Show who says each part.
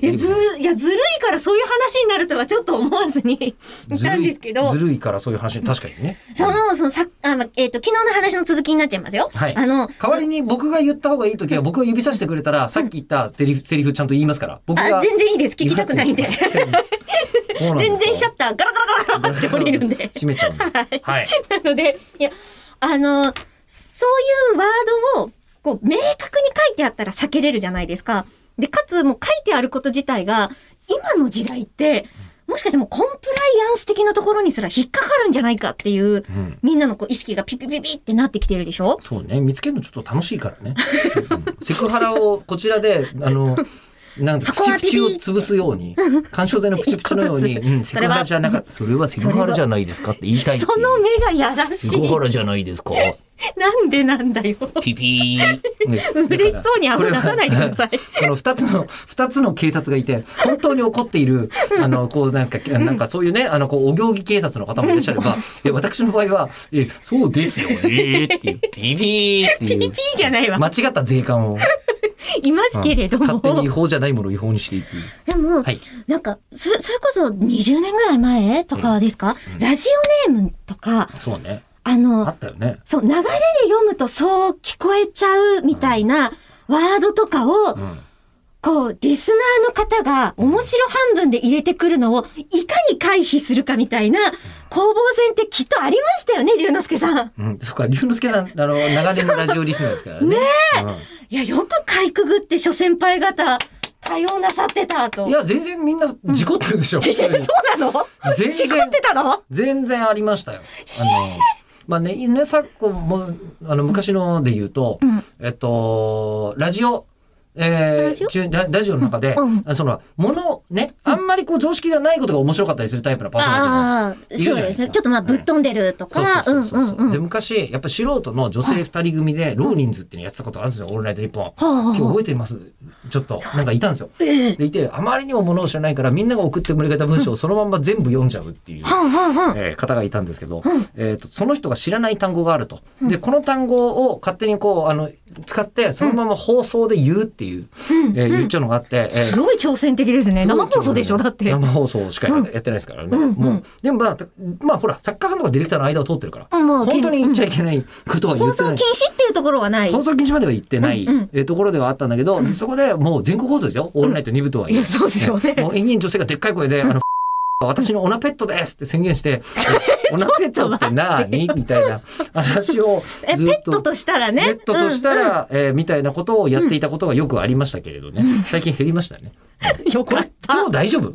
Speaker 1: いやずいやずるいからそういう話になるとはちょっと思わずに いたんですけど
Speaker 2: ずるいからそういう話、確かにね。
Speaker 1: そのそのさあ、まえっと昨日の話の続きになっちゃいますよ。
Speaker 2: はい。
Speaker 1: あの
Speaker 2: 代わりに僕が言った方がいいときは、僕が指さしてくれたら、さっき言ったセリフ、セリフちゃんと言いますから。僕が。
Speaker 1: あ全然いいです聞きたくないんで
Speaker 2: そうなんですか
Speaker 1: 全然シャッターガラガラガラガラって降りるんで。
Speaker 2: 閉めちゃうんで。はい。
Speaker 1: なので、いや、あの、そういうワードを、こう、明確に書いてあったら避けれるじゃないですか。で、かつ、もう書いてあること自体が、今の時代って、もしかしてもうコンプライアンス的なところにすら引っかかるんじゃないかっていう、
Speaker 2: ん
Speaker 1: みんなのこう意識がピピピピってなってきてるでしょ
Speaker 2: そうね。見つけるのちょっと楽しいからね。うんセクハラをこちらで、あの、なんか
Speaker 1: そ
Speaker 2: プ
Speaker 1: こ
Speaker 2: チ
Speaker 1: は
Speaker 2: プチを潰すように、干渉剤のプチプチのように、
Speaker 1: 一個ずつ
Speaker 2: うん、セクハラじゃなかった。それはセクハラじゃないですかって言いたいってい。
Speaker 1: そうの目がやらし
Speaker 2: セクハ
Speaker 1: い。
Speaker 2: ラじゃないですか。
Speaker 1: なんでなんだよ。
Speaker 2: ピピー。
Speaker 1: 嬉しそうに顎出さないでください。
Speaker 2: この二つの、二つの警察がいて、本当に怒っている、あの、こう、なんですか、なんかそういうね、あの、こう、お行儀警察の方もいらっしゃれば、え私の場合は、え、そうですよね、っていう、ビビーっていう。
Speaker 1: ピピじゃないわ
Speaker 2: 間違った税関を、
Speaker 1: いますけれども。
Speaker 2: 勝手に違法じゃないものを違法にしていく。
Speaker 1: でも、
Speaker 2: はい
Speaker 1: なんか、そ、それこそ20年ぐらい前とかですか、ラジオネームとか、
Speaker 2: そうね。
Speaker 1: あ
Speaker 2: あ
Speaker 1: の
Speaker 2: っ、たよね。
Speaker 1: そう、流れで読むとそう聞こえちゃうみたいなワードとかを、
Speaker 2: うん。
Speaker 1: こう、リスナーの方が面白半分で入れてくるのを、いかに回避するかみたいな攻防戦ってきっとありましたよね、龍之介さん。
Speaker 2: うん、そっか、龍之介さん、あの、長年のラジオリスナーです からね。ね
Speaker 1: いや、よくかいくぐって諸先輩方、対応なさってた
Speaker 2: う
Speaker 1: と。
Speaker 2: ん、いや、全然みんな、事故ってるでしょ。
Speaker 1: えそうなの
Speaker 2: 全然
Speaker 1: しこってたの
Speaker 2: 全然ありましたよ。あの、まあね、犬昨今も、あの、昔ので言うと、
Speaker 1: うん
Speaker 2: えっと、ラジオ、え
Speaker 1: ラジ
Speaker 2: ー、
Speaker 1: オ
Speaker 2: 中ララジオの中で、
Speaker 1: うん
Speaker 2: その、もの、ね、あんまりこう常識がないことが面白かったりするタイプのパーソナリティなんです
Speaker 1: ああ、そうですね。ちょっとまあ、ぶっ飛んでると
Speaker 2: そう
Speaker 1: か、
Speaker 2: そううんそうそううそうん
Speaker 1: う
Speaker 2: で、
Speaker 1: ん。
Speaker 2: 昔、やっぱ素人の女性二人組で、ローリンズっていうのやってたことあるんですよ、オールナイトニッポン。
Speaker 1: あはあ
Speaker 2: 今日覚えてますちょっと、なんかいたんですよ。
Speaker 1: ええ。
Speaker 2: でいて、あまりにもものを知らないから、みんなが送ってくれた文章をそのまんま全部読んじゃうっていう。
Speaker 1: はんはんは ん。
Speaker 2: えー方がいたんですけど、えー、とその人が知らない単語があると。で、この単語を勝手にこう、あの、使って、そのまま放送で言うっていう、えー言っちゃうのがあって、えー
Speaker 1: すごい挑戦的ですね。
Speaker 2: すごい
Speaker 1: 生放送でしょだって。
Speaker 2: 生放送しかやってないですからね。もう、でもまあ、まあほら、作家さんとかディレクターの間を通ってるから、
Speaker 1: うんもう
Speaker 2: 本当に言っちゃいけないことは言
Speaker 1: 放
Speaker 2: ってな
Speaker 1: 送
Speaker 2: い。
Speaker 1: 禁止っていうところはない。
Speaker 2: 放送禁止までは言ってない、
Speaker 1: うんうん
Speaker 2: えーところではあったんだけど、そこでもう全国放送ですよ。オールナイト2部とはい
Speaker 1: い
Speaker 2: え
Speaker 1: や、。そうですよね。
Speaker 2: もう延々女性がでっかい声で、あ の、私のオナペットですって宣言して、えオナペットってなーにみたいな話を
Speaker 1: え、
Speaker 2: ず
Speaker 1: ペ
Speaker 2: っ
Speaker 1: ット
Speaker 2: と。
Speaker 1: としたら
Speaker 2: ペ
Speaker 1: ね。
Speaker 2: ットとした
Speaker 1: うん
Speaker 2: ら、えーみたいなことをやっていたことがよくありましたけれどね。最近減りましたね。
Speaker 1: うんよ
Speaker 2: こ
Speaker 1: かっ
Speaker 2: れ、今日大丈夫